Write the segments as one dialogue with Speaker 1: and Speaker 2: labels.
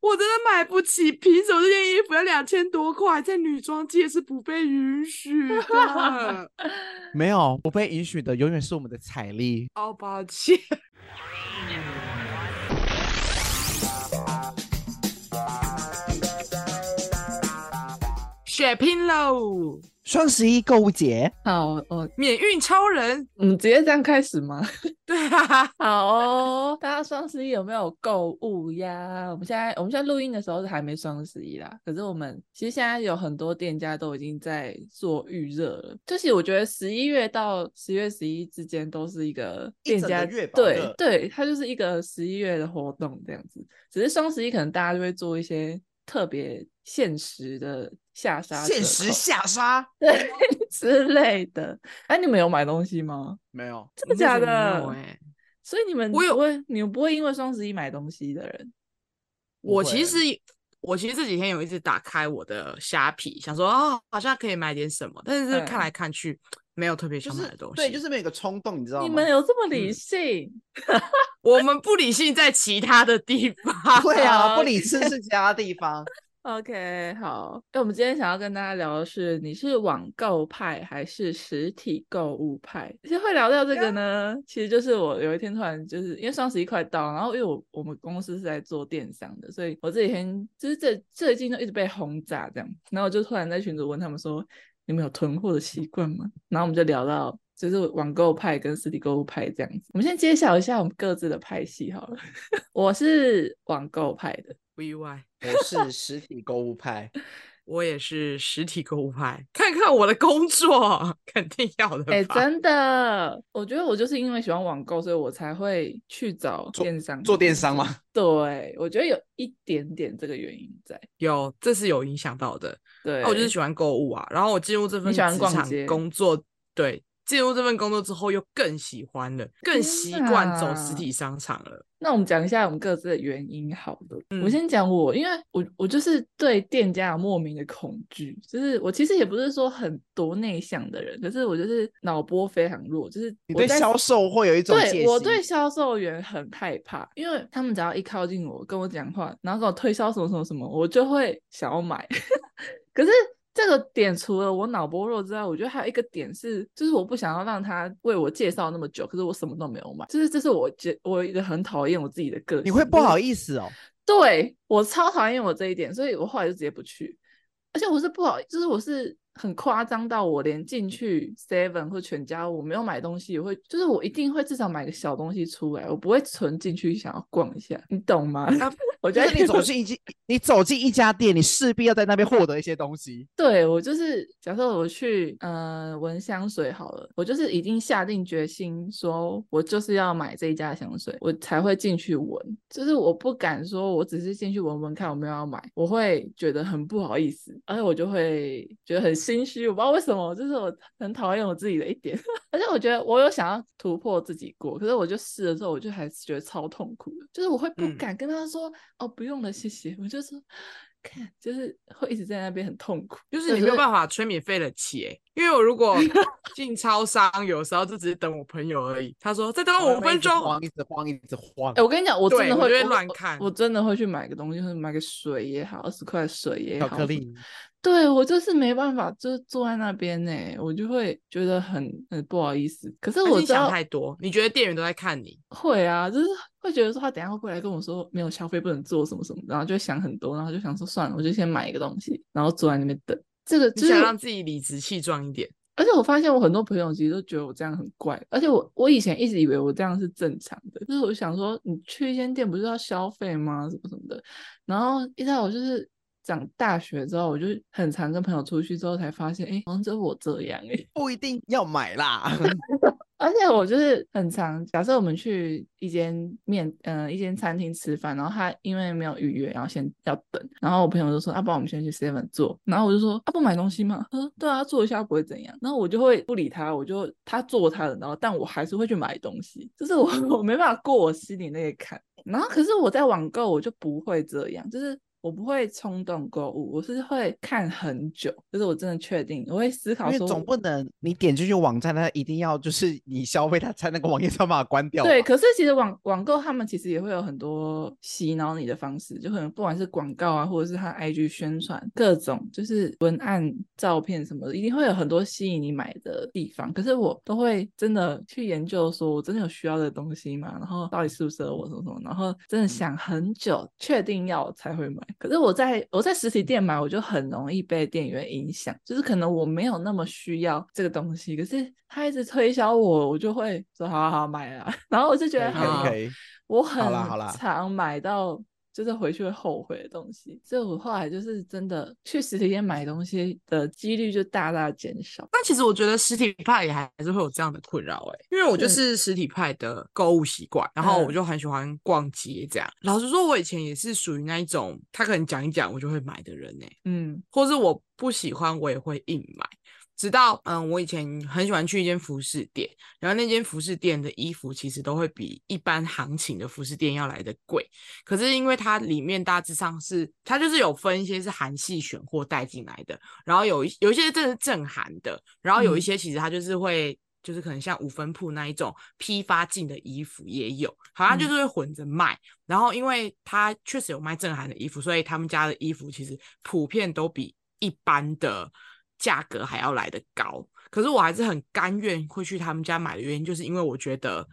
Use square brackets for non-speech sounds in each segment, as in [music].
Speaker 1: 我真的买不起，凭什么这件衣服要两千多块？在女装界是不被允许
Speaker 2: [laughs]
Speaker 1: 的。
Speaker 2: 没有不被允许的，永远是我们的彩礼。
Speaker 1: 哦，抱歉。血拼喽！
Speaker 2: 双十一购物节，
Speaker 3: 好，我
Speaker 1: 免运超人， [laughs]
Speaker 3: 我们直接这样开始吗？ [laughs]
Speaker 1: 对啊，
Speaker 3: 好哦， [laughs] 大家双十一有没有购物呀？我们现在我们现在录音的时候是还没双十一啦，可是我们其实现在有很多店家都已经在做预热了。就是我觉得十一月到十月十一之间都是一个
Speaker 2: 一
Speaker 3: 店
Speaker 2: 整
Speaker 3: 家
Speaker 2: 个月吧
Speaker 3: 对
Speaker 2: 的
Speaker 3: 对，它就是一个十一月的活动这样子。只是双十一可能大家就会做一些特别限时的下杀折
Speaker 2: 限时
Speaker 3: 扣 [laughs]
Speaker 2: 下杀，
Speaker 3: 对之类的。哎、你们有买东西吗？
Speaker 2: 没有，哎
Speaker 3: 真的假的？
Speaker 1: 我目前没有欸
Speaker 3: 所以你们
Speaker 1: 我有
Speaker 3: 不会，你们不会因为双十一买东西的人。
Speaker 1: 我
Speaker 2: 不
Speaker 1: 其
Speaker 2: 会
Speaker 1: 实我其实这几天有一直打开我的虾皮，想说哦，好像可以买点什么，但是看
Speaker 3: 嗯
Speaker 1: 来看去没有特别
Speaker 2: 就
Speaker 1: 想
Speaker 2: 是
Speaker 1: 买的东西。
Speaker 2: 对，就是没有一个冲动，你知道吗？
Speaker 3: 你们有这么理
Speaker 1: 嗯
Speaker 3: 性？
Speaker 1: 我们不理性在其他的地方。 [laughs]
Speaker 2: 对啊，
Speaker 3: 好
Speaker 2: 不
Speaker 3: [laughs]
Speaker 2: 理智是其他地方。
Speaker 3: OK，好，那我们今天想要跟大家聊的是，你是网购派还是实体购物派？其实会聊到这个呢，其实就是我有一天突然就是因为双十一快到，然后因为我我们公司是在做电商的，所以我这几天就是这最近都一直被轰炸这样，然后我就突然在群组问他们说，你们有囤货的习惯吗？然后我们就聊到就是网购派跟实体购物派这样子。我们先揭晓一下我们各自的派系好了， [laughs] 我是网购派的。
Speaker 1: 不意外，
Speaker 2: 我是实体购物派，
Speaker 1: 我也是实体购物派。看看我的工作，肯定要的吧。 [laughs]
Speaker 3: 哎、真的，我觉得我就是因为喜欢网购，所以我才会去找
Speaker 2: 做
Speaker 3: 电商
Speaker 2: 做
Speaker 3: 的工
Speaker 2: 电商
Speaker 3: 作
Speaker 2: 吗？？ [laughs]
Speaker 3: 对，我觉得有一点点这个原因在。
Speaker 1: 有，这是有影响到的。
Speaker 3: 对，
Speaker 1: 啊那我就是喜欢购物啊，然后我进入这份
Speaker 3: 喜
Speaker 1: 职
Speaker 3: 欢逛
Speaker 1: 场
Speaker 3: 街
Speaker 1: 工作，对，进入这份工作之后又更喜欢了，更
Speaker 3: 天
Speaker 1: 习惯走实
Speaker 3: 哪
Speaker 1: 体商场了。
Speaker 3: 那我们讲一下我们各自的原因好了。我
Speaker 1: 嗯
Speaker 3: 先讲我，因为我我就是对店家有莫名的恐惧，就是我其实也不是说很多内向的人，可是我就是脑波非常弱，就是
Speaker 2: 你
Speaker 3: 我
Speaker 2: 对
Speaker 3: 在
Speaker 2: 销售会有一种戒
Speaker 3: 对我
Speaker 2: 心
Speaker 3: 对销售员很害怕，因为他们只要一靠近我，跟我讲话，然后跟我推销什么什么什么，我就会想要买。 [laughs] 可是这个点除了我脑波弱之外，我觉得还有一个点是，就是我不想要让他为我介绍那么久，可是我什么都没有买，就是这是我觉我一个很讨厌我自己的个性。
Speaker 2: 你会不好
Speaker 3: 思？
Speaker 2: 意思哦。
Speaker 3: 对我超讨厌我这一点，所以我后来就直接不去。而且我是不好，就是我是很夸张到我连进去 Seven 或全家我没有买东西，我会就是我一定会至少买个小东西出来，我不会存进去想要逛一下，你懂吗？
Speaker 1: 啊
Speaker 3: [laughs] 我觉得
Speaker 2: 就是你走进一家，你走进一家店，你势必要在那边获得一些东西。
Speaker 3: 对我就是，假设我去呃闻香水好了，我就是已经下定决心说，我就是要买这一家的香水，我才会进去闻。就是我不敢说，我只是进去闻闻看，我没有要买，我会觉得很不好意思，而且我就会觉得很心虚。我不知道为什么，就是我很讨厌我自己的一点。 [laughs] 而且我觉得我有想要突破自己过，可是我就试的时候，我就还是觉得超痛苦的，就是我会不
Speaker 1: 嗯
Speaker 3: 敢跟他说、哦不用了，谢谢，我就说。看，就是会一直在那边很痛苦，
Speaker 1: 就是你没有办法催免费的钱，因为我如
Speaker 3: [laughs]
Speaker 1: 果进超商，有时候就只是等我朋友而已。他说再等
Speaker 2: 我
Speaker 1: 我五分钟，
Speaker 2: 晃一直晃，一直晃
Speaker 3: 哎、。我跟你讲，我真
Speaker 1: 对
Speaker 3: 的
Speaker 1: 我
Speaker 3: 会
Speaker 1: 就会
Speaker 3: 我
Speaker 1: 乱
Speaker 3: 我
Speaker 1: 看
Speaker 3: 我真的会去买个东西，就是买个水也好，二十块水也
Speaker 2: 巧
Speaker 3: 好，
Speaker 2: 克力。
Speaker 3: 对我就是没办法，就是坐在那边呢、我就会觉得很很不好意思。可是
Speaker 1: 还是
Speaker 3: 我
Speaker 1: 你
Speaker 3: 知
Speaker 1: 想
Speaker 3: 道
Speaker 1: 太多，你觉得店员都在看你，
Speaker 3: 会啊，就是会觉得说他等一下会不会来跟我说没有消费不能做什么什么，然后就会想很多，然后就想说算了，我就先买一个东西，然后坐在那边等。这个
Speaker 1: 你
Speaker 3: 就是
Speaker 1: 想
Speaker 3: 我
Speaker 1: 让自己理直气壮一点。
Speaker 3: 而且我发现我很多朋友其实都觉得我这样很怪，而且我我以前一直以为我这样是正常的，就是我想说你去一间店不是要消费吗？什么什么的，然后一直到我就是长大学之后，我就很常跟朋友出去之后才发现，哎、好像只有我这样哎、诶
Speaker 2: 不一定要买啦，
Speaker 3: 而且我就是很常，假设我们去一间面，呃，一间餐厅吃饭，然后他因为没有预约，然后先要等，然后我朋友就说，啊，不然我们先去 Seven 坐，然后我就说，啊，不买东西吗？他说，对啊，坐一下不会怎样。然后我就会不理他，我就他做他的，然后但我还是会去买东西，就是
Speaker 2: 嗯
Speaker 3: 我我没办法过我心里那个坎。然后可是我在网购我就不会这样，就是我不会冲动购物，我是会看很久，就是我真的确定，我会思考
Speaker 2: 因为
Speaker 3: 说
Speaker 2: 总不能你点进去网站，它一定要就是你消费，它才那个网页才把它关掉吧。
Speaker 3: 对，可是其实网网购他们其实也会有很多洗脑你的方式，就可能不管是广告啊，或者是他 IG 宣传各种，就是文案、照片什么的，一定会有很多吸引你买的地方。可是我都会真的去研究，说我真的有需要的东西吗？然后到底适不适合我什么什么，然后真
Speaker 2: 嗯
Speaker 3: 的想很久，确定要才会买。可是我在我在实体店买，我就很容易被店员影响，就是可能我没有那么需要这个东西，可是他一直推销我，我就会说好好好买啊。 [laughs] 然后我就觉得
Speaker 2: 哎可以
Speaker 3: 很，
Speaker 2: 可以可以。
Speaker 3: 我
Speaker 2: 好啦好啦
Speaker 3: 很常买到就是回去会后悔的东西，所以我后来就是真的去实体店买东西的几率就大大减少。
Speaker 1: 但其实我觉得实体派也还是会有这样的困扰哎、因为我就
Speaker 3: 对
Speaker 1: 是实体派的购物习惯，然后
Speaker 3: 嗯
Speaker 1: 我就很喜欢逛街这样。老实说，我以前也是属于那一种，他可能讲一讲我就会买的人哎、
Speaker 3: 嗯
Speaker 1: 或是我不喜欢我也会硬买。直到嗯，我以前很喜欢去一间服饰店，然后那间服饰店的衣服其实都会比一般行情的服饰店要来的贵，可是因为它里面大致上是它就是有分一些是韩系选货带进来的，然后有一有一些真的是正韩的，然后有一
Speaker 3: 嗯
Speaker 1: 些其实它就是会。就是可能像五分铺那一种批发进的衣服也有，好像就是会混着卖。然后因为它确实有卖正韩的衣服，所以他们家的衣服其实普遍都比一般的价格还要来得高。可是我还是很甘愿会去他们家买的原因，就是因为我觉得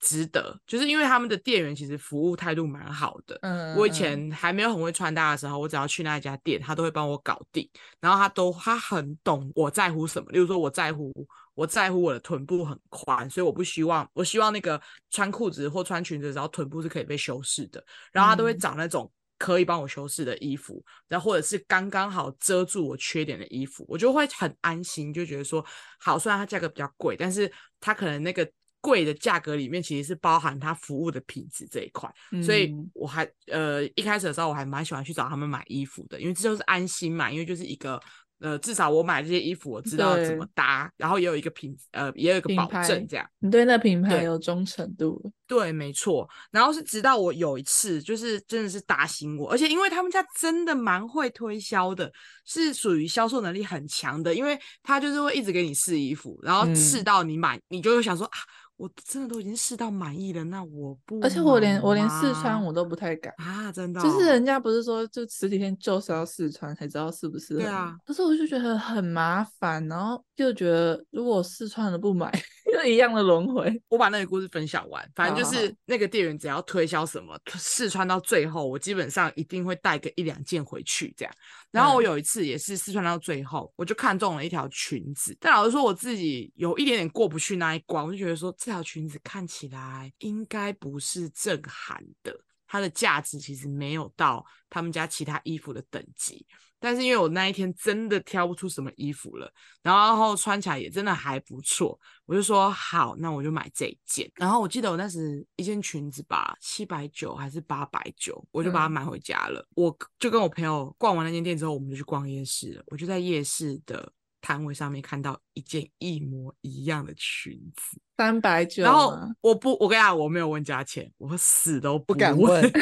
Speaker 1: 值得，就是因为他们的店员其实服务态度蛮好的。
Speaker 3: 嗯
Speaker 1: 我以前还没有很会穿搭的时候，我只要去那一家店，他都会帮我搞定。然后他都他很懂我在乎什么，例如说我在乎我在乎我的臀部很宽，所以我不希望我希望那个穿裤子或穿裙子的时候臀部是可以被修饰的。然后他都会
Speaker 3: 嗯
Speaker 1: 找那种可以帮我修饰的衣服，然后或者是刚刚好遮住我缺点的衣服，我就会很安心，就觉得说好，虽然它价格比较贵，但是它可能那个。贵的价格里面其实是包含它服务的品质这一块，所以
Speaker 3: 嗯
Speaker 1: 我还呃一开始的时候我还蛮喜欢去找他们买衣服的，因为这就是安心嘛，因为就是一个呃至少我买这些衣服我知道怎么
Speaker 3: 对
Speaker 1: 搭，然后也有一个品呃也有一个
Speaker 3: 品
Speaker 1: 保
Speaker 3: 牌
Speaker 1: 证这样。
Speaker 3: 你对那品牌
Speaker 1: 对
Speaker 3: 有忠诚度了，
Speaker 1: 对，没错。然后是直到我有一次，就是真的是打醒我，而且因为他们家真的蛮会推销的，是属于销售能力很强的，因为他就是会一直给你试衣服，然后试
Speaker 3: 嗯
Speaker 1: 到你满，你就会想说啊，我真的都已经试到满意了，那我不，
Speaker 3: 而且我连我连试穿我都不太敢。
Speaker 1: 啊，真嗯的哦、
Speaker 3: 就是人家不是说，就十几天就是要试穿才知道适不适合
Speaker 1: 对
Speaker 3: 你。
Speaker 1: 啊
Speaker 3: 可是我就觉得很麻烦，然后又觉得如果试穿了不买， [laughs] 又一样的轮回。
Speaker 1: 我把那个故事分享完，反正就
Speaker 3: 好好
Speaker 1: 是那个店员只要推销什么试穿到最后，我基本上一定会带个一两件回去这样。然后我
Speaker 3: 嗯
Speaker 1: 有一次也是试穿到最后，我就看中了一条裙子，但老实说我自己有一点点过不去那一关，我就觉得说这条裙子看起来应该不是正韩的，它的价值其实没有到他们家其他衣服的等级。但是因为我那一天真的挑不出什么衣服了，然后穿起来也真的还不错，我就说好，那我就买这一件。然后我记得我那时一件裙子吧，七百九还是八百九，我就把它
Speaker 3: 嗯
Speaker 1: 买回家了。我就跟我朋友逛完那间店之后，我们就去逛夜市了。我就在夜市的摊位上面看到一件一模一样的裙子，
Speaker 3: 三百九，
Speaker 1: 然后我不，我跟你讲，我没有问价钱，我死都不
Speaker 2: 不
Speaker 1: [laughs]
Speaker 2: 敢
Speaker 1: 问。
Speaker 2: 问，
Speaker 1: 然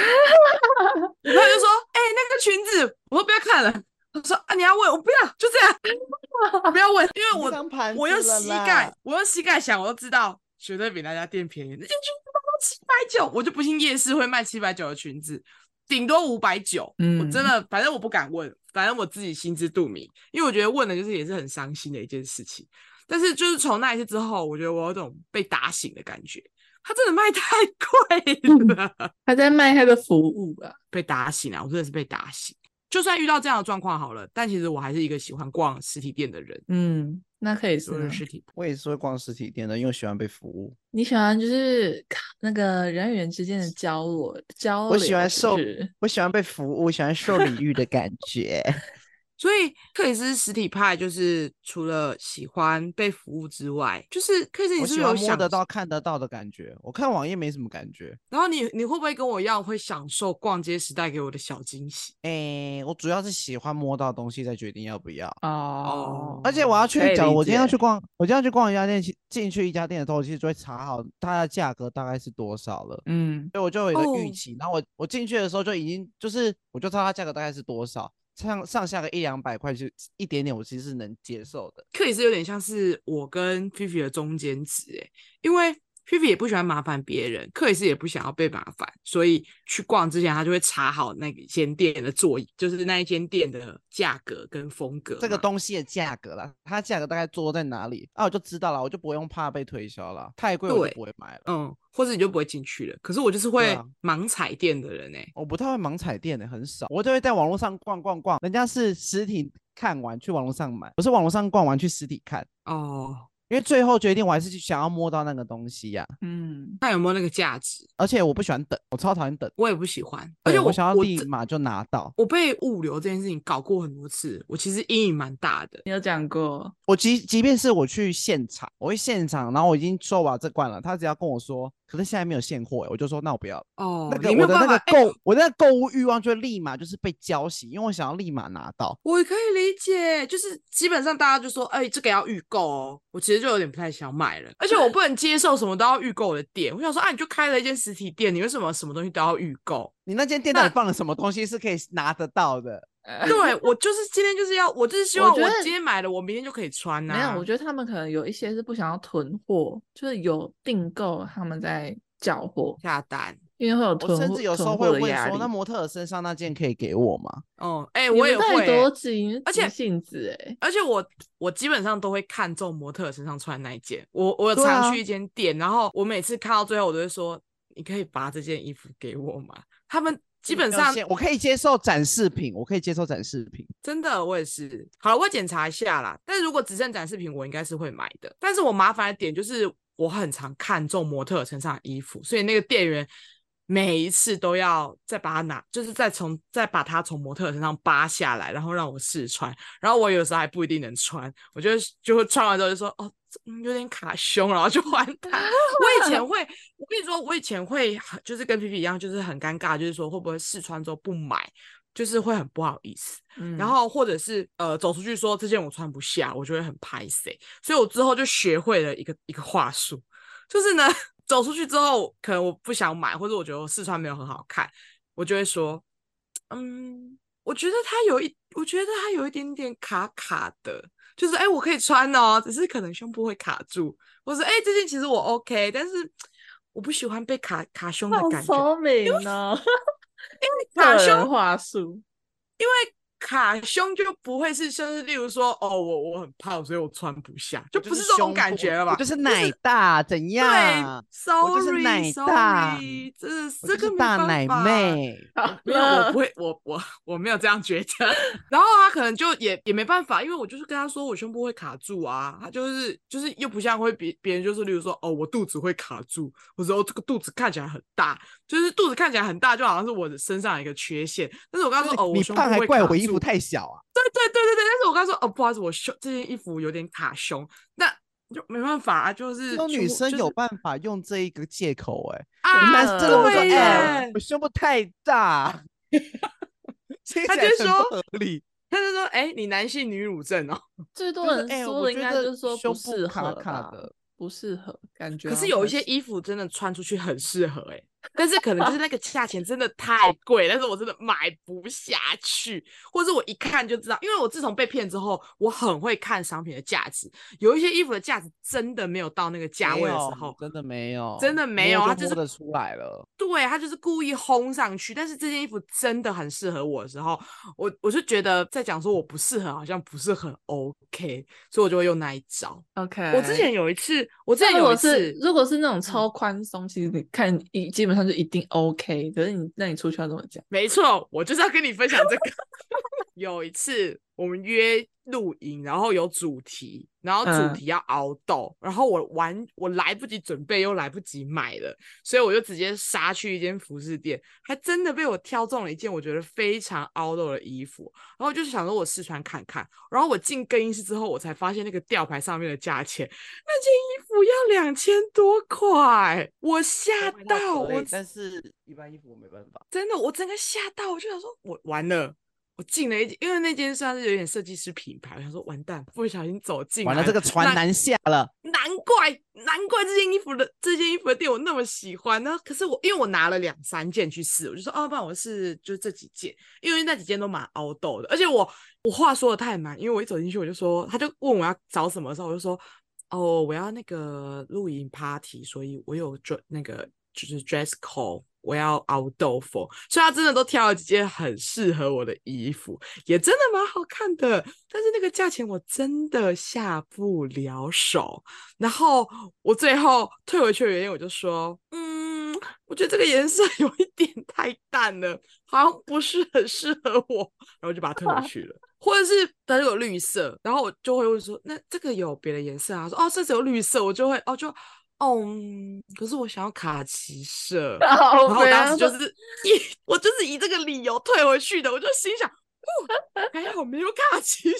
Speaker 1: 后他就说：“哎、那个裙子，我说不要看了。”我说：“啊，你要问，我不要，就这样， [laughs] 不要问，因为我
Speaker 2: 当盘
Speaker 1: 我
Speaker 2: 子
Speaker 1: 用
Speaker 2: 了
Speaker 1: 膝
Speaker 2: 啦
Speaker 1: 盖，，我用膝盖想，我都知道绝对比那家店便宜。那件裙子他妈七百九，我就不信夜市会卖七百九的裙子，顶多五百九。我真
Speaker 3: 嗯
Speaker 1: 的，反正我不敢问，反正我自己心知肚明，因为我觉得问了就是也是很伤心的一件事情。但是就是从那一次之后，我觉得我有种被打醒的感觉，他真的卖太贵了。
Speaker 3: 他在卖他的服务啊。
Speaker 1: 被打醒啊！我真的是被打醒。就算遇到这样的状况好了，但其实我还是一个喜欢逛实体店的人，
Speaker 3: 嗯，那可以是
Speaker 1: 所有
Speaker 3: 吗
Speaker 1: 实体
Speaker 2: 我也是会逛实体店的，因为我喜欢被服务。
Speaker 3: 你喜欢就是那个人与人之间的交流，交
Speaker 2: 我喜
Speaker 3: 流
Speaker 2: 欢
Speaker 3: 是
Speaker 2: 受
Speaker 3: 不是
Speaker 2: [laughs] 我喜欢被服务，我喜欢受礼遇的感觉。
Speaker 1: 所以克里斯实体派就是除了喜欢被服务之外，就是克里斯你
Speaker 2: 我
Speaker 1: 是不
Speaker 2: 喜
Speaker 1: 是有
Speaker 2: 欢摸
Speaker 1: 想
Speaker 2: 得到、看得到的感觉。我看网页没什么感觉。
Speaker 1: 然后你你会不会跟我一样会享受逛街时代给我的小惊喜？
Speaker 2: 哎，我主要是喜欢摸到东西再决定要不要。
Speaker 3: 哦，
Speaker 2: 而且我要去
Speaker 3: 可以，
Speaker 2: 假如
Speaker 3: 理
Speaker 2: 我今天要
Speaker 3: 解
Speaker 2: 去逛，我今天要去逛一家店，其进去一家店的时候，我其实就会查好它的价格大概是多少了。
Speaker 3: 嗯，
Speaker 2: 所以我就有一个预
Speaker 1: 哦
Speaker 2: 期。然后我我进去的时候就已经就是我就知道它价格大概是多少，上上下个一两百块就一点点，我其实是能接受的。
Speaker 1: 克里斯有点像是我跟菲菲的中间值诶，因为菲菲也不喜欢麻烦别人，克里斯也不想要被麻烦，所以去逛之前他就会查好那一间店的座椅，就是那一间店的价格跟风格嘛。
Speaker 2: 这个东西的价格啦，它价格大概坐在哪里啊？我就知道了，我就不用怕被推销了。太贵我
Speaker 1: 对
Speaker 2: 就不会买了。
Speaker 1: 嗯，或者你就不会进去了。可是我就是
Speaker 2: 对
Speaker 1: 会
Speaker 2: 啊
Speaker 1: 盲踩店的人诶。欸
Speaker 2: 我不太会盲踩店的、很少。我就会在网络上逛逛逛，人家是实体看完去网络上买，我是网络上逛完去实体看，
Speaker 1: 哦，
Speaker 2: 因为最后决定我还是去想要摸到那个东西呀、
Speaker 3: 嗯，
Speaker 1: 看有没有那个价值，
Speaker 2: 而且我不喜欢等，我超讨厌等，
Speaker 1: 我也不喜欢。而且
Speaker 2: 对
Speaker 1: 我
Speaker 2: 我想要
Speaker 1: 我
Speaker 2: 立
Speaker 1: 这
Speaker 2: 马就拿到。
Speaker 1: 我被物流这件事情搞过很多次，我其实阴影蛮大的。
Speaker 3: 你有讲过，
Speaker 2: 我即即便是我去现场，我会现场，然后我已经收完这罐了，他只要跟我说，可是现在没有现货欸、我就说那我不要了。
Speaker 1: 哦，
Speaker 2: 那个
Speaker 1: 你没有
Speaker 2: 我的
Speaker 1: 办
Speaker 2: 那
Speaker 1: 法
Speaker 2: 个
Speaker 1: 哎
Speaker 2: 购，我的那个购物欲望就会立马就是被浇熄，因为我想要立马拿到。
Speaker 1: 我可以理解，就是基本上大家就说，哎、这个要预购哦。我其实就有点不太想买了，而且我不能接受什么都要预购我的店。我想说，啊，你就开了一间实体店，你为什么什么东西都要预购？
Speaker 2: 你那间店到
Speaker 1: 那
Speaker 2: 底放了什么东西是可以拿得到的？
Speaker 3: 呃
Speaker 1: 对我就是今天就是要，我就是希
Speaker 3: 我
Speaker 1: 望
Speaker 3: 觉
Speaker 1: 我
Speaker 3: 得
Speaker 1: 今天买了，我明天就可以穿啊呐、
Speaker 3: 没有，我觉得他们可能有一些是不想要囤货，就是有订购他们在缴货，
Speaker 1: 下单。
Speaker 3: 因为会有
Speaker 2: 我
Speaker 3: 囤
Speaker 2: 甚
Speaker 3: 货
Speaker 2: 至有时
Speaker 3: 囤
Speaker 2: 候
Speaker 3: 货
Speaker 2: 会
Speaker 3: 的
Speaker 2: 问
Speaker 3: 压力
Speaker 2: 说，。那模特儿身上那件可以给我吗？
Speaker 1: 哦，哎、
Speaker 3: 你
Speaker 1: 我
Speaker 3: 们
Speaker 1: 也
Speaker 3: 到底
Speaker 1: 会、
Speaker 3: 多
Speaker 1: 欸，
Speaker 3: 紧，
Speaker 1: 而且
Speaker 3: 性子哎，
Speaker 1: 而且我我基本上都会看中模特儿身上穿的那一件。我我有
Speaker 2: 对
Speaker 1: 常
Speaker 2: 啊
Speaker 1: 去一间店，然后我每次看到最后，我都会说，你可以把这件衣服给我吗？他们基本
Speaker 2: 没有
Speaker 1: 上
Speaker 2: 现我可以接受展示品，我可以接受展示品。
Speaker 1: 真的，我也是。好了，我会检查一下啦。但如果只剩展示品，我应该是会买的。但是我麻烦的点就是，我很常看中模特儿身上的衣服，所以那个店员每一次都要再把它拿，就是再从再把它从模特儿身上扒下来，然后让我试穿。然后我有时候还不一定能穿，我就会就会穿完之后就说哦。这嗯有点卡胸，然后就还它。我以前会，我跟你说，我以前会很就是跟皮皮一样，就是很尴尬，就是说会不会试穿之后不买，就是会很不好意思。
Speaker 3: 嗯
Speaker 1: 然后或者是呃走出去说这件我穿不下，我就会很拍谁，所以我之后就学会了一个一个话术，就是呢 [laughs] 走出去之后，可能我不想买，或者我觉得我试穿没有很好看，我就会说，嗯，我觉得它有一，我觉得它有一点点卡卡的，就是哎、我可以穿哦，只是可能胸部会卡住，或是哎、这件其实我 OK，但是我不喜欢被卡卡胸的
Speaker 3: 好
Speaker 1: 感觉，
Speaker 3: 聪明哦，
Speaker 1: 卡
Speaker 3: 个人
Speaker 1: 胸
Speaker 3: 话术，
Speaker 1: 卡胸就不会是，就是例如说，哦，我我很胖，所以我穿不下，就
Speaker 2: 我
Speaker 1: 不
Speaker 2: 是
Speaker 1: 是这种
Speaker 2: 胸
Speaker 1: 感
Speaker 2: 部
Speaker 1: 觉了吧？
Speaker 2: 我就是奶大，怎
Speaker 1: 对
Speaker 2: 样？
Speaker 1: ，sorry，
Speaker 2: 就是奶
Speaker 1: sorry，
Speaker 2: 大
Speaker 1: 这
Speaker 2: 我
Speaker 1: 这
Speaker 2: 就
Speaker 1: 个
Speaker 2: 是
Speaker 1: 没
Speaker 2: 大
Speaker 1: 办
Speaker 2: 奶
Speaker 1: 法。
Speaker 2: 妹。
Speaker 3: 好
Speaker 1: 没有，我
Speaker 3: 了
Speaker 1: 不会，我我我没有这样觉得。 [laughs] 然后他可能就也也没办法，因为我就是跟他说我胸部会卡住啊，他就是就是又不像会别别人就是，例如说哦我肚子会卡住，我说哦这个肚子看起来很大，就是肚子看起来很大，就好像是我的身上有一个缺陷。但是我跟他说哦我
Speaker 2: 你
Speaker 1: 胸部
Speaker 2: 胖还
Speaker 1: 会
Speaker 2: 怪
Speaker 1: 卡
Speaker 2: 我衣服
Speaker 1: 住
Speaker 2: 太小啊？
Speaker 1: [laughs] 对对对对，但是我刚说哦，不好意思，我胸这件衣服有点卡胸，那就没办法啊，就是
Speaker 2: 只有
Speaker 1: 全
Speaker 2: 女
Speaker 1: 部
Speaker 2: 生
Speaker 1: 就是
Speaker 2: 有办法用这一个借口哎、
Speaker 1: 啊，
Speaker 2: 男生真的会说
Speaker 1: 对
Speaker 2: 哎、
Speaker 1: 耶
Speaker 2: 我胸部太大， [laughs] 听
Speaker 1: 他
Speaker 2: 起
Speaker 1: 就会
Speaker 2: 来很
Speaker 1: 说
Speaker 2: 不合理。
Speaker 1: 他就说哎、你男性女乳症哦，
Speaker 3: 最多
Speaker 2: 就是
Speaker 3: 人
Speaker 2: 哎
Speaker 3: 说
Speaker 2: 我
Speaker 3: 的应
Speaker 2: 觉
Speaker 3: 该
Speaker 2: 得
Speaker 3: 就是说不
Speaker 2: 胸部
Speaker 3: 适
Speaker 2: 卡
Speaker 3: 合
Speaker 2: 卡
Speaker 3: 吧
Speaker 2: 的，
Speaker 3: 不适合，感觉
Speaker 1: 可
Speaker 2: 啊
Speaker 1: 是
Speaker 3: 好
Speaker 1: 有
Speaker 3: 像
Speaker 1: 一些
Speaker 3: 是
Speaker 1: 衣服真的穿出去很适合哎、但是可能就是那个价钱真的太贵，但是我真的买不下去，或者我一看就知道，因为我自从被骗之后，我很会看商品的价值，有一些衣服的价值真的没有到那个价
Speaker 2: 没
Speaker 1: 位的时
Speaker 2: 有
Speaker 1: 候，
Speaker 2: 真的没有，
Speaker 1: 真的没有
Speaker 2: 摸
Speaker 1: 他
Speaker 2: 就
Speaker 1: 就是
Speaker 2: 摸得出来了。
Speaker 1: 对他就是故意轰上去，但是这件衣服真的很适合我的时候，我我就觉得在讲说我不适合，好像不是很 OK，所以我就会用那一招。
Speaker 3: OK。
Speaker 1: 我之前有一次，我之
Speaker 3: 那
Speaker 1: 前有
Speaker 3: 如果
Speaker 1: 一次
Speaker 3: 是，如果是那种超宽松，其实你看一基本 [laughs] 上就一定 OK。可是你那你出去要怎么讲？
Speaker 1: 没错，我就是要跟你分享这个。 [laughs] 有一次我们约露营，然后有主题，然后主
Speaker 3: 嗯
Speaker 1: 题要熬豆，然后我完我来不及准备，又来不及买了，所以我就直接杀去一间服饰店，还真的被我挑中了一件我觉得非常凹豆的衣服，然后我就是想说我试穿看看，然后我进更衣室之后，我才发现那个吊牌上面的价钱，那件衣服要两千多块，我吓
Speaker 2: 味道
Speaker 1: 到，
Speaker 2: 可
Speaker 1: 我
Speaker 2: 以但是一般衣服我没办法。
Speaker 1: 真的，我整个吓到，我就想说，我完了，我进了一间，因为那间算是有点设计师品牌，我想说完蛋，不小心走进
Speaker 2: 完
Speaker 1: 来
Speaker 2: 了，这个船
Speaker 1: 那
Speaker 2: 难下了。
Speaker 1: 难怪难怪这件衣服的这件衣服的店我那么喜欢呢。可是我因为我拿了两三件去试，我就说哦，不然我试就这几件，因为那几件都蛮凹痘的，而且我我话说的太满，因为我一走进去我就说，他就问我要找什么的时候，我就说哦，我要那个露营 party，所以我有 d 那个就是 dress code。我要凹豆风，所以他真的都挑了几件很适合我的衣服，也真的蛮好看的。但是那个价钱我真的下不了手，然后我最后退回去的原因，我就说，嗯，我觉得这个颜色 [laughs] 有一点太淡了，好像不是很适合我，然后就把它退回去了。或者是它有绿色，然后我就会问说，那这个有别的颜色啊？他说哦，这只有绿色，我就会哦就。哦，嗯可是我想要卡其色，然
Speaker 3: 后
Speaker 1: 后我当时就是以我就是以这个理由退回去的，我就心想，哦，还好没有卡其色。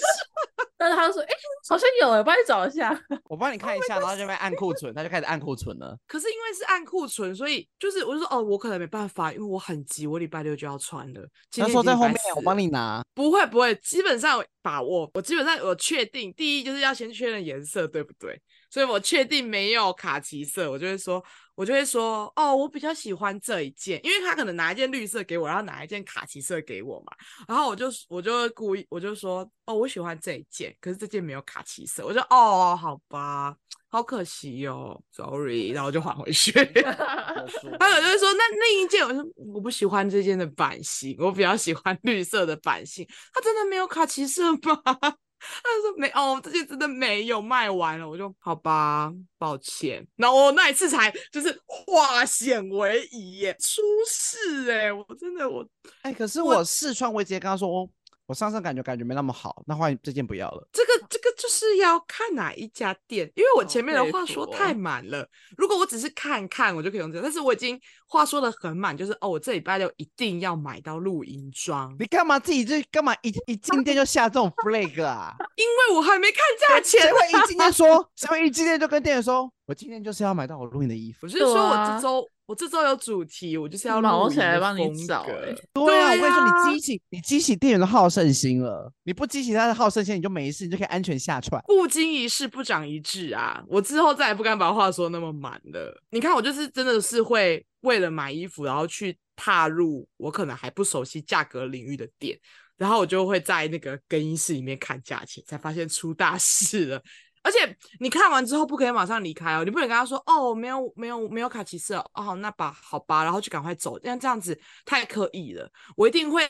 Speaker 3: 但是他就说，哎、好像有，我帮你找一下。
Speaker 2: 我帮你看一下，然后就被按库存，他就开始按库存了。 [laughs]
Speaker 1: 可是因为是按库存，所以就是我就说哦，我可能没办法，因为我很急，我礼拜六就要穿了。今
Speaker 2: 那
Speaker 1: 天
Speaker 2: 时候
Speaker 1: 已经
Speaker 2: 在后
Speaker 1: 礼
Speaker 2: 面
Speaker 1: 拜四，
Speaker 2: 我帮
Speaker 1: 了
Speaker 2: 你拿。
Speaker 1: 不会不会，基本上有把握，我基本上我确定，第一就是要先确认颜色对不对，所以我确定没有卡其色，我就会说，我就会说哦，我比较喜欢这一件，因为他可能拿一件绿色给我，然后拿一件卡其色给我嘛，然后我就我就会故意我就说哦，我喜欢这一件，可是这件没有卡其色，我就哦，好吧，好可惜哦，sorry，然后我就还回去。还有就是说，那另一件，我说我不喜欢这件的版型，我比较喜欢绿色的版型。它真的没有卡其色吗？ [laughs] 他就说没哦，这件真的没有卖完了。我就好吧，抱歉。然后我那一次才就是化险为夷耶，出事哎！我真的我
Speaker 2: 哎，可是我试穿，我也直接跟他说，我我上身感觉感觉没那么好，那换这件不要了。
Speaker 1: 这个这个就是要看哪一家店，因为我
Speaker 3: 好
Speaker 1: 前面的
Speaker 3: 佩
Speaker 1: 话
Speaker 3: 服
Speaker 1: 说
Speaker 3: 哦
Speaker 1: 太满了。如果我只是看看，我就可以用这个，但是我已经话说的很满，就是哦，我这礼拜六一定要买到露营装。
Speaker 2: 你干嘛自己就干嘛一一进店就下这种 flag
Speaker 1: [laughs]
Speaker 2: 啊？
Speaker 1: 因为我还没看价钱
Speaker 2: 谁
Speaker 3: 啊
Speaker 1: 呢。
Speaker 2: 会一进店说？谁会一进店就跟店员说，我今天就是要买到我录影的衣服
Speaker 1: 我？是说我
Speaker 3: 对
Speaker 1: 这
Speaker 3: 啊
Speaker 1: 周、我这周有主题，我就是要
Speaker 3: 毛
Speaker 1: 露营
Speaker 3: 起来
Speaker 1: 的
Speaker 3: 帮你
Speaker 1: 风
Speaker 3: 找
Speaker 1: 格
Speaker 3: 欸
Speaker 2: 对啊，我
Speaker 1: 对
Speaker 2: 跟你说，
Speaker 1: 啊
Speaker 2: 你激起你激起店员的好胜心了，你不激起他的好胜心，你就没事，你就可以安全下船。
Speaker 1: 不经一事不长一智啊！我之后再也不敢把话说那么满了。你看，我就是真的是会为了买衣服，然后去踏入我可能还不熟悉价格领域的店，然后我就会在那个更衣室里面看价钱，才发现出大事了。而且你看完之后不可以马上离开哦，你不能跟他说哦，没有没有没有卡其色哦，哦好那吧好吧，然后就赶快走，这样这样子太刻意了。我一定会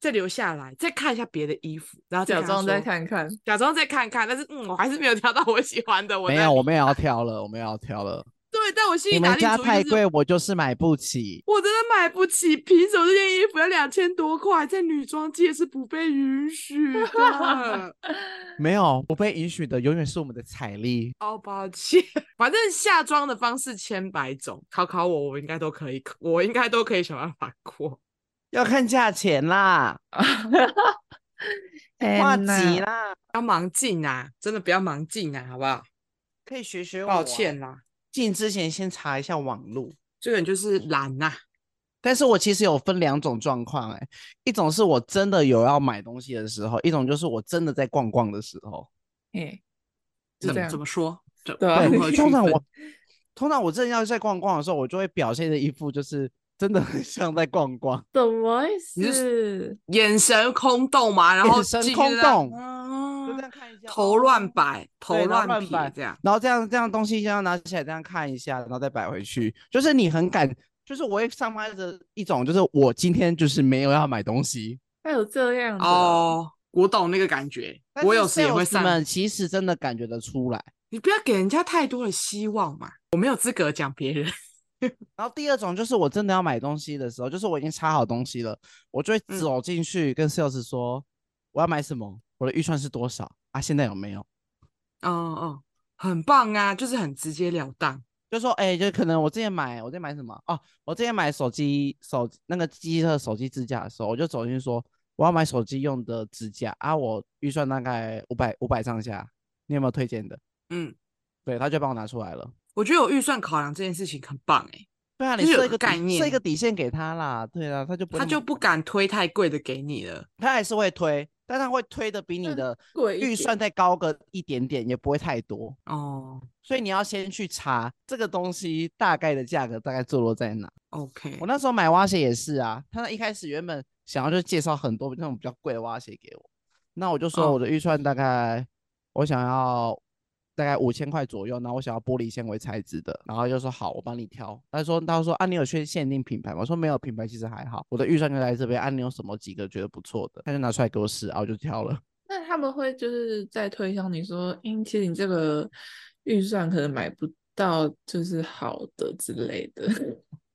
Speaker 1: 再留下来，再看一下别的衣服，然后再
Speaker 3: 假
Speaker 1: 跟他
Speaker 3: 装再
Speaker 1: 说
Speaker 3: 看 [laughs] 看，
Speaker 1: 假装再看看，但是嗯，我还是没有挑到我喜欢的。我
Speaker 2: 没
Speaker 1: 在
Speaker 2: 有，我们也要挑了，我们也要挑了。
Speaker 1: 对，但我心
Speaker 2: 你
Speaker 1: 里打
Speaker 2: 们
Speaker 1: 定
Speaker 2: 家
Speaker 1: 主
Speaker 2: 太
Speaker 1: 意就是
Speaker 2: 贵，，我就是买不起。
Speaker 1: 我真的买不起，凭什么这件衣服要两千多块，在女装界是不被允许
Speaker 3: [laughs]
Speaker 1: 的？
Speaker 2: 没有，不被允许的永远是我们的彩礼。
Speaker 1: 哦，抱歉，反正下妆的方式千百种，考考我，我应该都可以，我应该都可以想办法过。
Speaker 2: 要看价钱啦，挂
Speaker 3: 天
Speaker 2: 急
Speaker 3: 哪
Speaker 2: 啦，
Speaker 1: 要盲进啊，真的不要盲进啊，好不好？
Speaker 2: 可以学
Speaker 3: 啊
Speaker 2: 学我。啊
Speaker 1: 抱歉，啦，
Speaker 2: 进之前先查一下网路。
Speaker 1: 这个人就是懒啊呐、
Speaker 2: 但是我其实有分两种状况，哎，一种是我真的有要买东西的时候，一种就是我真的在逛逛的时候。
Speaker 3: 哎，就
Speaker 1: 怎
Speaker 3: 这
Speaker 1: 么
Speaker 3: 样
Speaker 1: 怎么说？怎
Speaker 3: 对啊
Speaker 1: 如何
Speaker 2: 对，
Speaker 1: 区
Speaker 2: 通常
Speaker 1: 分
Speaker 2: 我通常我真的要在逛逛的时候，我就会表现的一副就是真的很像在逛逛。
Speaker 3: 什么意
Speaker 1: 你
Speaker 3: 思？
Speaker 1: 眼神空洞嘛，然
Speaker 2: 眼
Speaker 1: 后
Speaker 2: 神
Speaker 1: 进去
Speaker 2: 空
Speaker 1: 就这样
Speaker 2: 洞就这
Speaker 1: 嗯
Speaker 2: 样哦看一下，哦
Speaker 1: 头乱摆，头
Speaker 2: 对然后
Speaker 1: 乱
Speaker 2: 乱
Speaker 1: 撇
Speaker 2: 摆
Speaker 1: 这样。
Speaker 2: 然后这样这样东西这样拿起来这样看一下，然后再摆回去，就是你很敢，就是我会散发着一种就是我今天就是没有要买东西。
Speaker 3: 还有这样
Speaker 2: 嗯
Speaker 3: 的，
Speaker 1: 哦，我懂那个感觉，我有时也会散。
Speaker 2: 们其实真的感觉得出来。
Speaker 1: 你不要给人家太多的希望嘛，我没有资格讲别人。 [laughs]
Speaker 2: 然后第二种就是我真的要买东西的时候，就是我已经插好东西了，我就会
Speaker 1: 嗯
Speaker 2: 走进去跟 sales 说：“我要买什么，我的预算是多少啊？现在有没有？
Speaker 1: 哦哦，很棒啊，就是很直截了当。
Speaker 2: 就说，哎、就可能我之前买，我之前买什么？哦，我之前买手机手那个机车手机支架的时候，我就走进去说，我要买手机用的支架啊，我预算大概五百五百上下，你有没有推荐的？
Speaker 1: 嗯，
Speaker 2: 对，他就帮我拿出来了。
Speaker 1: 我觉得有预算考量这件事情很棒哎、
Speaker 2: 对啊，你
Speaker 1: 就是有
Speaker 2: 设一
Speaker 1: 个
Speaker 2: 个
Speaker 1: 概
Speaker 2: 底设
Speaker 1: 念
Speaker 2: 一个底线给他啦，对啊，他就不会
Speaker 1: 他
Speaker 2: 那
Speaker 1: 就
Speaker 2: 么
Speaker 1: 不敢推太贵的给你了。
Speaker 2: 他还是会推，但他会推的比你
Speaker 3: 嗯
Speaker 2: 的
Speaker 3: 贵一
Speaker 2: 预
Speaker 3: 点
Speaker 2: 算再高个一点点，也不会太多。
Speaker 1: 哦
Speaker 2: 所以你要先去查这个东西大概的价格大概坐落在哪。
Speaker 1: ，OK，
Speaker 2: 我那时候买蛙鞋也是啊，他一开始原本想要就介绍很多那种比较贵的蛙鞋给我，那我就说我
Speaker 1: 嗯
Speaker 2: 的预算大概、我想要大概五千块左右，然后我想要玻璃纤维材质的，然后他就说好，我帮你挑。他说他说啊，你有缺限定品牌吗？我说没有，品牌其实还好，我的预算就在这边。啊，你有什么几个觉得不错的，他就拿出来给我试，啊，我就挑了。
Speaker 3: 那他们会就是在推销你说，嗯，其实你这个预算可能买不到，就是好的之类的。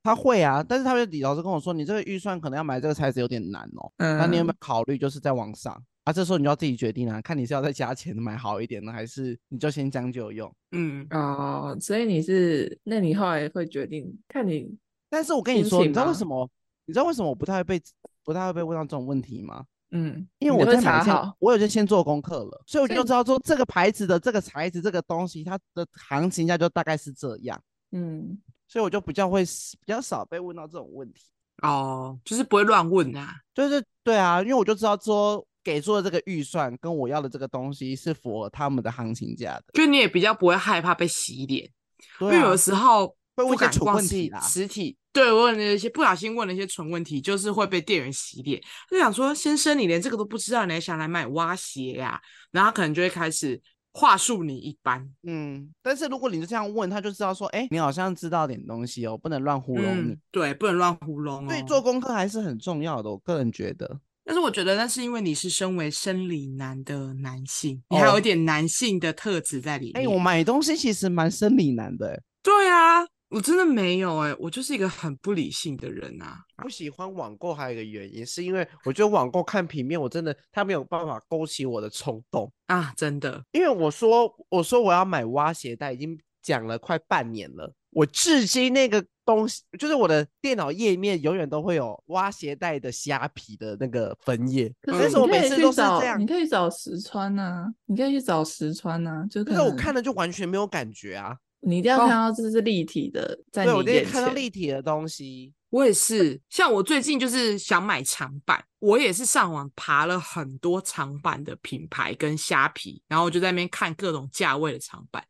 Speaker 2: 他会啊，但是他会老师跟我说，你这个预算可能要买这个材质有点难哦。那
Speaker 3: 嗯，
Speaker 2: 你有没有考虑就是在网上啊？这时候你就要自己决定啊，看你是要再加钱买好一点呢，还是你就先将就用。
Speaker 1: 嗯，
Speaker 3: 哦，所以你是，那你后来会决定看你，
Speaker 2: 但是我跟你
Speaker 3: 心
Speaker 2: 说，你
Speaker 3: 情
Speaker 2: 知道为
Speaker 3: 吗
Speaker 2: 什么？你知道为什么我不太会被不太会被问到这种问题吗？
Speaker 3: 嗯，
Speaker 2: 因为
Speaker 3: 你会
Speaker 2: 我在买
Speaker 3: 查
Speaker 2: 之前
Speaker 3: 好，
Speaker 2: 我有就先做功课了，所以
Speaker 3: 所
Speaker 2: 我就
Speaker 3: 以
Speaker 2: 知道说这个牌子的这个材质这个东西，它的行情价就大概是这样，
Speaker 3: 嗯，
Speaker 2: 所以我就比较会比较少被问到这种问题。
Speaker 1: 哦，就是不会乱问啊。
Speaker 2: 就是对啊，因为我就知道说给出的这个预算跟我要的这个东西是符合他们的行情价的。
Speaker 1: 就你也比较不会害怕被洗脸，
Speaker 2: 对
Speaker 1: 因为有
Speaker 2: 啊
Speaker 1: 的时候
Speaker 2: 会问
Speaker 1: 不
Speaker 2: 一些
Speaker 1: 敢
Speaker 2: 蠢
Speaker 1: 逛
Speaker 2: 问
Speaker 1: 实
Speaker 2: 题
Speaker 1: 体
Speaker 2: 啦
Speaker 1: 实体，对，问了一些不小心问了一些蠢问题，就是会被店员洗脸。就想说，先生，你连这个都不知道，你还想来买蛙鞋呀、然后他可能就会开始话术你一般。
Speaker 2: 嗯，但是如果你就这样问，他就知道说，哎、你好像知道点东西哦，不能乱糊弄你。
Speaker 1: 嗯，对，不能乱糊弄哦。
Speaker 2: 所以做功课还是很重要的，我个人觉得。
Speaker 1: 但是我觉得那是因为你是身为生理男的男性，你还有
Speaker 2: 哦
Speaker 1: 一点男性的特质在里
Speaker 2: 哎、
Speaker 1: 面。
Speaker 2: 我买东西其实蛮生理男的、欸，
Speaker 1: 对啊，我真的没有哎、我就是一个很不理性的人啊。
Speaker 2: 不喜欢网购还有一个原因，是因为我觉得网购看平面，我真的它没有办法勾起我的冲动。
Speaker 1: 啊，真的，
Speaker 2: 因为我说我说我要买蛙鞋带，已经讲了快半年了，我至今那个东西，就是我的电脑页面永远都会有蛙鞋带的虾皮的那个分页，
Speaker 1: 嗯
Speaker 3: 可是
Speaker 2: 但
Speaker 3: 你
Speaker 2: 是我
Speaker 3: 可
Speaker 2: 每
Speaker 3: 以
Speaker 2: 次
Speaker 3: 去
Speaker 2: 都是
Speaker 3: 找
Speaker 2: 这样
Speaker 3: 你。可以找实穿呐，你可以去找实穿呐，就可
Speaker 2: 但是我
Speaker 3: 能
Speaker 2: 看了就完全没有感觉啊！
Speaker 3: 你一定要
Speaker 1: 哦
Speaker 3: 看到这是立体的，在
Speaker 2: 对
Speaker 3: 你
Speaker 2: 我那
Speaker 3: 眼
Speaker 2: 天看到
Speaker 3: 前
Speaker 2: 立体的东西，
Speaker 1: 我也是。像我最近就是想买长版，我也是上网爬了很多长版的品牌跟虾皮，然后我就在那边看各种价位的长版，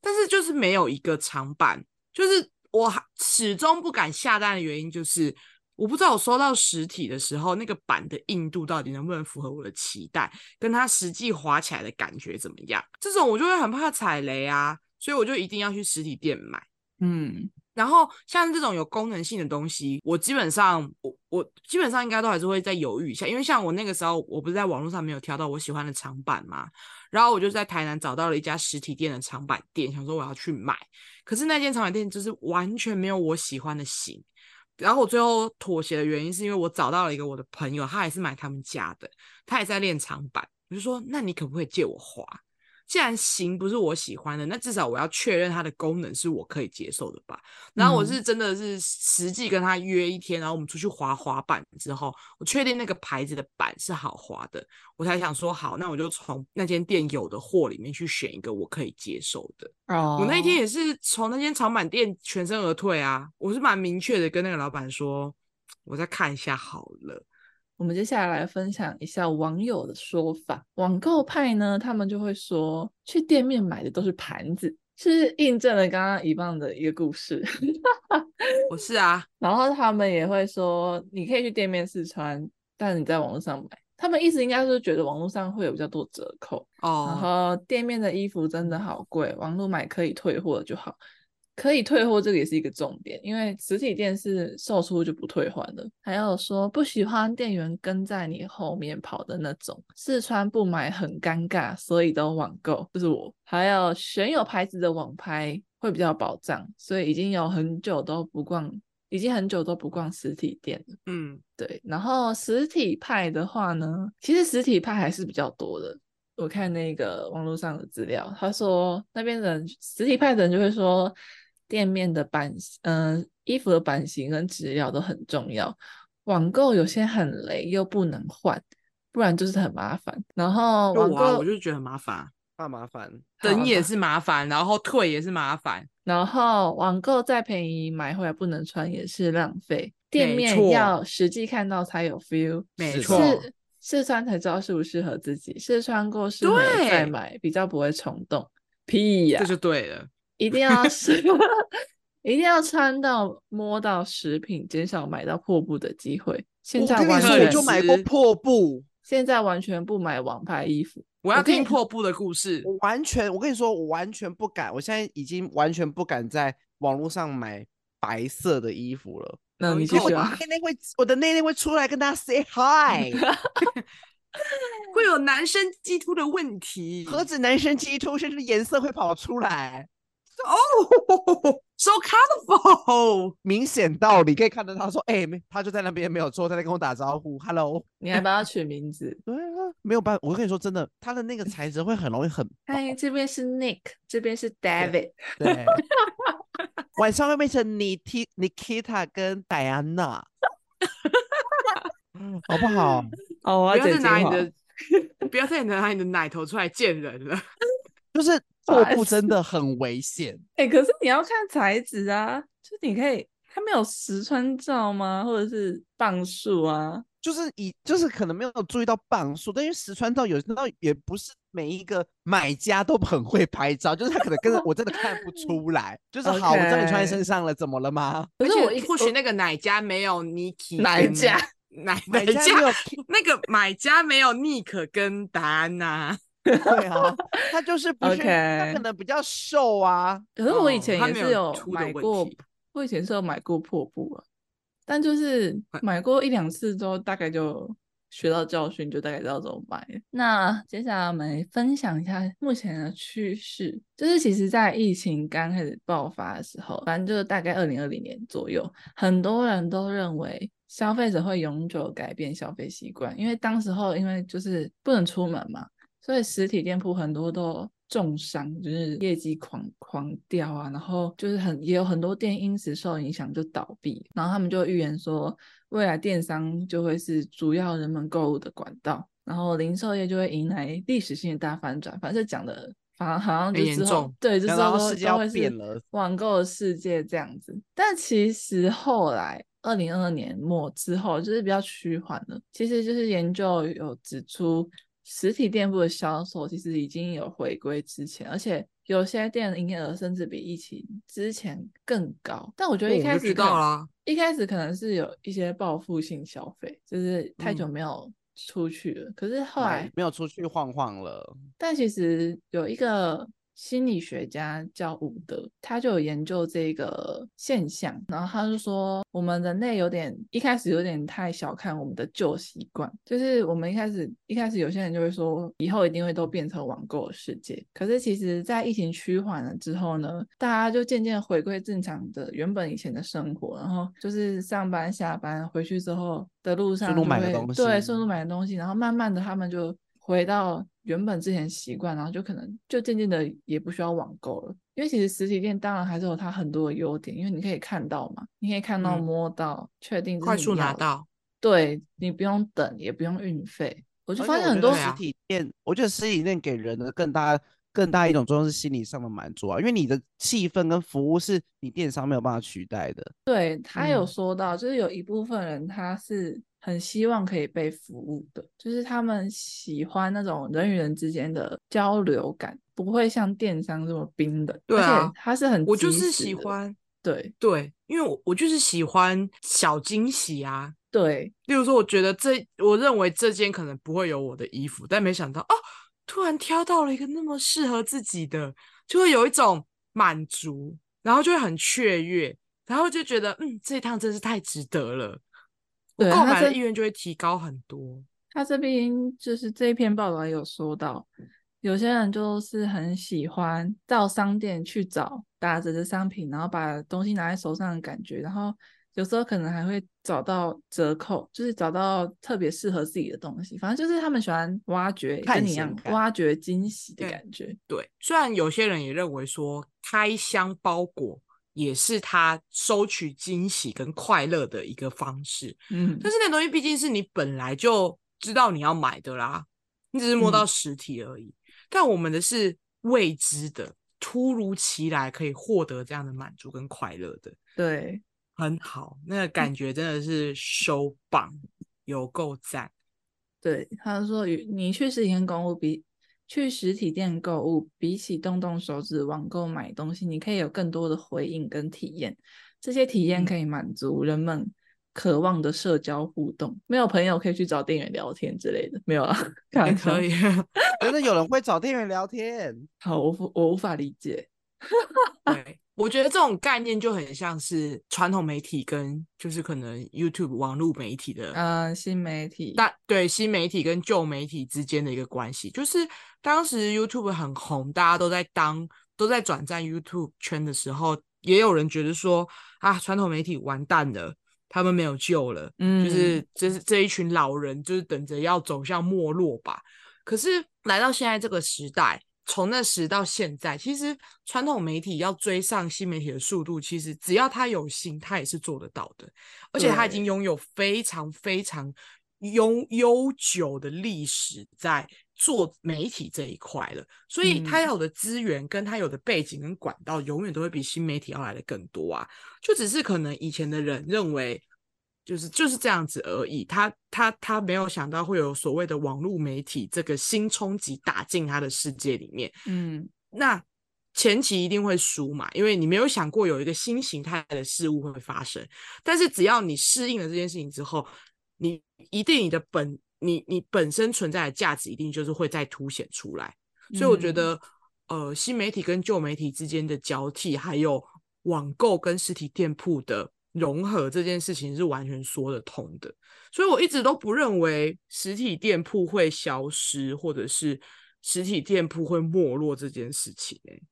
Speaker 1: 但是就是没有一个长版，就是我还始终不敢下单的原因就是。我不知道我收到实体的时候，那个版的硬度到底能不能符合我的期待，跟它实际滑起来的感觉怎么样？这种我就会很怕踩雷啊，所以我就一定要去实体店买。
Speaker 3: 嗯，
Speaker 1: 然后像这种有功能性的东西，我基本上我我基本上应该都还是会再犹豫一下，因为像我那个时候，我不是在网络上没有挑到我喜欢的长板嘛，然后我就在台南找到了一家实体店的长板店，想说我要去买，可是那间长板店就是完全没有我喜欢的型。然后我最后妥协的原因是因为我找到了一个我的朋友，他也是买他们家的，他也在练长板，我就说那你可不可以借我滑？既然型不是我喜欢的，那至少我要确认它的功能是我可以接受的吧。然后我
Speaker 3: 嗯
Speaker 1: 是真的是实际跟他约一天，然后我们出去滑滑板之后，我确定那个牌子的板是好滑的，我才想说好，那我就从那间店有的货里面去选一个我可以接受的。
Speaker 3: 哦，
Speaker 1: 我那天也是从那间长板店全身而退啊，我是蛮明确的跟那个老板说，我再看一下好了。
Speaker 3: 我们接下来来分享一下网友的说法。网购派呢，他们就会说，去店面买的都是盘子，是印证了刚刚一棒的一个故事。
Speaker 1: 我是啊，
Speaker 3: 然后他们也会说，你可以去店面试穿，但你在网络上买。他们意思应该是觉得网络上会有比较多折扣，然
Speaker 1: 哦，
Speaker 3: 后店面的衣服真的好贵，网络买可以退货就好。可以退货这个也是一个重点，因为实体店是售出就不退换的。还有说不喜欢店员跟在你后面跑的那种，试穿不买很尴尬，所以都网购，就是我。还有选有牌子的网拍会比较有保障，所以已经有很久都不逛已经很久都不逛实体店了。
Speaker 1: 嗯，
Speaker 3: 对，然后实体派的话呢，其实实体派还是比较多的。我看那个网络上的资料，他说那边的人实体派的人就会说，店面的版，嗯、衣服的版型跟质量都很重要。网购有些很雷，又不能换，不然就是很麻烦。然后
Speaker 1: 就
Speaker 3: 网
Speaker 1: 我
Speaker 3: 购，
Speaker 1: 啊，我就觉得很麻烦，
Speaker 2: 怕麻烦。
Speaker 1: 等也
Speaker 3: 好
Speaker 1: 是麻烦，然后退也是麻烦，
Speaker 3: 然后网购再便宜，买回来不能穿也是浪费。店
Speaker 1: 没
Speaker 3: 面
Speaker 1: 错
Speaker 3: 要实际看到才有 feel。
Speaker 1: 没
Speaker 2: 是
Speaker 1: 错，
Speaker 3: 试试穿才知道适不适合自己，试穿过适合了再
Speaker 1: 对
Speaker 3: 买，比较不会冲动。屁呀、
Speaker 1: 这就对了。
Speaker 3: 一定要试， [laughs] 一定要穿到摸到食品，减少买到破布的机会。现
Speaker 2: 我
Speaker 3: 在
Speaker 2: 跟你
Speaker 3: 完
Speaker 2: 说，我
Speaker 3: 全
Speaker 2: 就买过
Speaker 1: 是
Speaker 2: 破布，
Speaker 3: 现在完全不买网拍衣服，
Speaker 1: 我要
Speaker 3: 跟
Speaker 1: 听
Speaker 3: 你
Speaker 1: 破布的故事，
Speaker 2: 我完全，我跟你说，我完全不敢，我现在已经完全不敢在网络上买白色的衣服了。
Speaker 3: 那
Speaker 1: 容
Speaker 3: 你
Speaker 1: 易
Speaker 3: 继
Speaker 1: 后
Speaker 3: 续
Speaker 1: 悔
Speaker 3: 啊。
Speaker 2: 内内会，我的内内会出来跟大家 say hi，
Speaker 1: 会有男生激突的问题。
Speaker 2: 何止男生鸡突，甚至颜色会跑出来，
Speaker 1: 哦，so colorful，
Speaker 2: 明显道理可以看得到。说，哎、没，他就在那边没有错，他在跟我打招呼，hello。
Speaker 3: 你还帮他取名 [laughs] 字？
Speaker 2: 对啊，没有办法，我跟你说真的，它的那个材质会很容易很薄
Speaker 3: 嗨，哎这边是 Nick，这边是 David。
Speaker 2: 对，晚上会变成你 T、Nikita 跟 Diana，好不好？
Speaker 3: [laughs] 哦，我
Speaker 1: 不
Speaker 3: 要
Speaker 1: 要
Speaker 3: 剪
Speaker 1: 再
Speaker 3: 辑
Speaker 1: 拿你
Speaker 3: 好
Speaker 1: 的， [laughs] 不要再拿你的奶头出来见人了。
Speaker 2: 就是
Speaker 3: 不
Speaker 2: 破
Speaker 3: 好意
Speaker 2: 布
Speaker 3: 思
Speaker 2: 真的很危险，
Speaker 3: 哎、可是你要看材质啊，就你可以，它没有实穿照吗？或者是磅数啊？
Speaker 2: 就是以就是可能没有注意到磅数，但因为石川照有时候也不是每一个买家都很会拍照，就是他可能跟着我真的看不
Speaker 3: [laughs]
Speaker 2: 出来，就是好，我知道你穿在
Speaker 3: OK
Speaker 2: 身上了，怎么了吗？ [laughs]
Speaker 3: 可是我
Speaker 1: 而
Speaker 3: 一
Speaker 1: 且或许那个奶家没有 Niki，
Speaker 3: 哪一
Speaker 1: 跟
Speaker 3: 家
Speaker 1: [laughs] 奶
Speaker 2: 买
Speaker 1: 奶
Speaker 2: 家没有
Speaker 1: [laughs] 那个买家没有 Nick 跟达安娜，
Speaker 2: 对啊，他就是不是他
Speaker 3: OK
Speaker 2: 可能比较瘦啊，
Speaker 3: 可是我以
Speaker 1: 哦
Speaker 3: 前
Speaker 1: 它
Speaker 3: 也
Speaker 1: 没
Speaker 3: 是
Speaker 1: 有
Speaker 3: 有
Speaker 1: 出的
Speaker 3: 买
Speaker 1: 问
Speaker 3: 过
Speaker 1: 题，
Speaker 3: 我以前是有买过破布啊，但就是
Speaker 1: 哎
Speaker 3: 买过一两次之后，大概就学到教训，就大概知道怎么买了。那接下来我们分享一下目前的趋势，就是其实，在疫情刚开始爆发的时候，反正就是大概二零二零年左右，很多人都认为消费者会永久改变消费习惯，因为当时候因为就是不能出门嘛，所以实体店铺很多都重伤，就是业绩狂狂掉啊，然后就是很也有很多店因此受影响就倒闭，然后他们就预言说未来电商就会是主要人们购物的管道，然后零售业就会迎来历史性的大反转，反正讲的。好像好像
Speaker 1: 很
Speaker 3: 就
Speaker 1: 严
Speaker 3: 之后
Speaker 1: 重
Speaker 3: 对，就
Speaker 2: 想
Speaker 3: 之
Speaker 2: 到
Speaker 3: 后都
Speaker 2: 世
Speaker 3: 都
Speaker 2: 界要
Speaker 3: 会是
Speaker 2: 变了
Speaker 3: 网购的世界这样子。但其实后来二零二二年末之后，就是比较趋缓了。其实就是研究有指出，实体店铺的销售其实已经有回归之前，而且有些店的营业额甚至比疫情之前更高。但我觉得
Speaker 1: 哦
Speaker 3: 一
Speaker 1: 我
Speaker 3: 开
Speaker 1: 就
Speaker 3: 始
Speaker 1: 知
Speaker 3: 可能
Speaker 1: 道啦。
Speaker 3: 一开始可能是有一些报复性消费，就是太久
Speaker 1: 嗯
Speaker 3: 没有出去了。可是后
Speaker 2: 买
Speaker 3: 来
Speaker 2: 没有出去晃晃了，
Speaker 3: 但其实有一个心理学家叫伍德，他就有研究这个现象，然后他就说，我们人类有点一开始有点太小看我们的旧习惯，就是我们一开始一开始有些人就会说，以后一定会都变成网购的世界，可是其实，在疫情趋缓了之后呢，大家就渐渐回归正常的原本以前的生活，然后就是上班下班回去之后的路上
Speaker 2: 路
Speaker 3: 就
Speaker 2: 买个
Speaker 3: 会
Speaker 2: 东
Speaker 3: 对，
Speaker 2: 西
Speaker 3: 顺路买的东西，然后慢慢的他们就回到原本之前习惯，然后就可能就渐渐的也不需要网购了，因为其实实体店当然还是有它很多的优点，因为你可以看到嘛，你可以看到、
Speaker 1: 嗯
Speaker 3: 摸到，确定这
Speaker 1: 快
Speaker 3: 是你
Speaker 1: 速拿
Speaker 3: 要的，
Speaker 1: 到，
Speaker 3: 对你不用等，也不用运费，我就
Speaker 2: 而
Speaker 3: 发
Speaker 2: 且
Speaker 3: 现
Speaker 2: 我
Speaker 3: 很
Speaker 2: 觉得
Speaker 3: 多
Speaker 1: 对
Speaker 2: 实
Speaker 1: 啊
Speaker 2: 体店，我觉得实体店给人的更大更大一种作用是心理上的满足啊，因为你的气氛跟服务是你电商没有办法取代的。
Speaker 3: 对，他有
Speaker 1: 嗯
Speaker 3: 说到，就是有一部分人他是很希望可以被服务的，就是他们喜欢那种人与人之间的交流感，不会像电商这么冰冷。
Speaker 1: 对
Speaker 3: 而
Speaker 1: 啊
Speaker 3: 且他是很
Speaker 1: 我就
Speaker 3: 及
Speaker 1: 是
Speaker 3: 时
Speaker 1: 喜
Speaker 3: 的。
Speaker 1: 欢，
Speaker 3: 对
Speaker 1: 对，因为我我就是喜欢小惊喜啊。
Speaker 3: 对，
Speaker 1: 例如说，我觉得这，我认为这间可能不会有我的衣服，但没想到哦，突然挑到了一个那么适合自己的，就会有一种满足，然后就会很雀跃，然后就觉得嗯，这一趟真是太值得了，我
Speaker 3: 对
Speaker 1: 购
Speaker 3: 它
Speaker 1: 买的
Speaker 3: 这
Speaker 1: 意愿就会提高很多。
Speaker 3: 他这边就是这一篇报道也有说到，有些人就是很喜欢到商店去找打折的商品，然后把东西拿在手上的感觉，然后有时候可能还会找到折扣，就是找到特别适合自己的东西。反正就是他们喜欢挖掘，
Speaker 2: 探
Speaker 3: 跟你一
Speaker 2: 险
Speaker 3: 样
Speaker 2: 感
Speaker 3: 挖掘惊喜的
Speaker 1: 对
Speaker 3: 感觉。
Speaker 1: 对，虽然有些人也认为说开箱包裹也是他收取惊喜跟快乐的一个方式，
Speaker 3: 嗯，
Speaker 1: 但是那东西毕竟是你本来就知道你要买的啦，你只是摸到
Speaker 3: 嗯
Speaker 1: 实体而已。但我们的是未知的，突如其来可以获得这样的满足跟快乐的，
Speaker 3: 对，
Speaker 1: 很好，那个
Speaker 3: 嗯
Speaker 1: 感觉真的是收棒，有够赞。
Speaker 3: 对，他说与你去实体店购物比去实体店购物，比起动动手指网购买东西，你可以有更多的回应跟体验。这些体验
Speaker 1: 嗯
Speaker 3: 可以满足人们渴望的社交互动。没有朋友可以去找店员聊天之类的，没有啊，开
Speaker 1: 也
Speaker 3: [laughs] 玩笑
Speaker 1: 可。以，
Speaker 2: 真的有人会找店员聊天，
Speaker 3: 好，我无我无法理解。
Speaker 1: 对，我觉得这种概念就很像是传统媒体跟就是可能 YouTube 网络媒体的
Speaker 3: 嗯、新媒体，
Speaker 1: 那对新媒体跟旧媒体之间的一个关系，就是当时 YouTube 很红，大家都在当都在转战 YouTube 圈的时候，也有人觉得说啊，传统媒体完蛋了，他们没有救了，
Speaker 3: 嗯，
Speaker 1: 就是这是这一群老人，就是等着要走向没落吧。可是来到现在这个时代，从那时到现在，其实传统媒体要追上新媒体的速度，其实只要他有心，他也是做得到的。而且他已
Speaker 3: 对
Speaker 1: 经拥有非常非常悠悠久的历史在做媒体这一块了，所以他
Speaker 3: 嗯
Speaker 1: 有的资源跟他有的背景跟管道，永远都会比新媒体要来的更多啊。就只是可能以前的人认为。就是就是这样子而已，他他他没有想到会有所谓的网络媒体这个新冲击打进他的世界里面，
Speaker 3: 嗯，
Speaker 1: 那前期一定会输嘛，因为你没有想过有一个新形态的事物会发生。但是只要你适应了这件事情之后，你一定你的本你你本身存在的价值一定就是会再凸显出来。所以我觉
Speaker 3: 嗯
Speaker 1: 得，呃，新媒体跟旧媒体之间的交替，还有网购跟实体店铺的融合这件事情是完全说得通的。所以我一直都不认为实体店铺会消失，或者是实体店铺会没落这件事情、欸。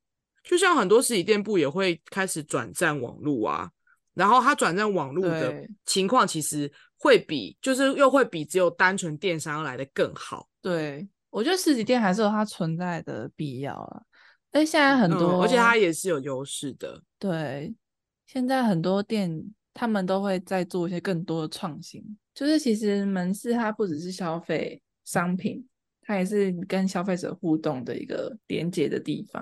Speaker 1: 就像很多实体店铺也会开始转战网络啊，然后它转战网络的
Speaker 3: 对
Speaker 1: 情况其实会比，就是又会比只有单纯电商要来的更好。
Speaker 3: 对，我觉得实体店还是有它存在的必要啊。而且现在很
Speaker 1: 嗯
Speaker 3: 多，
Speaker 1: 而且它也是有优势的。
Speaker 3: 对，现在很多店他们都会在做一些更多的创新，就是其实门市它不只是消费商品，它也是跟消费者互动的一个连接的地方，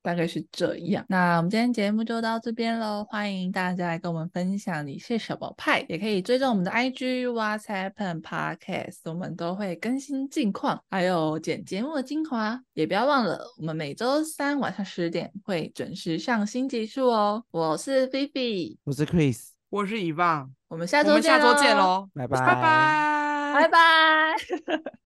Speaker 3: 大概是这样。那我们今天节目就到这边喽，欢迎大家来跟我们分享你是什么派，也可以追踪我们的 IG What's Happen Podcast，我们都会更新近况，还有剪节目的精华。也不要忘了，我们每周三晚上十点会准时上新集数哦。我是菲菲，
Speaker 2: 我是 Chris，
Speaker 1: 我是遗忘，
Speaker 3: 我们下
Speaker 1: 我
Speaker 3: 周
Speaker 1: 们
Speaker 3: 见，
Speaker 1: 下周见。喽，
Speaker 2: 拜
Speaker 1: 拜拜，
Speaker 3: 拜拜。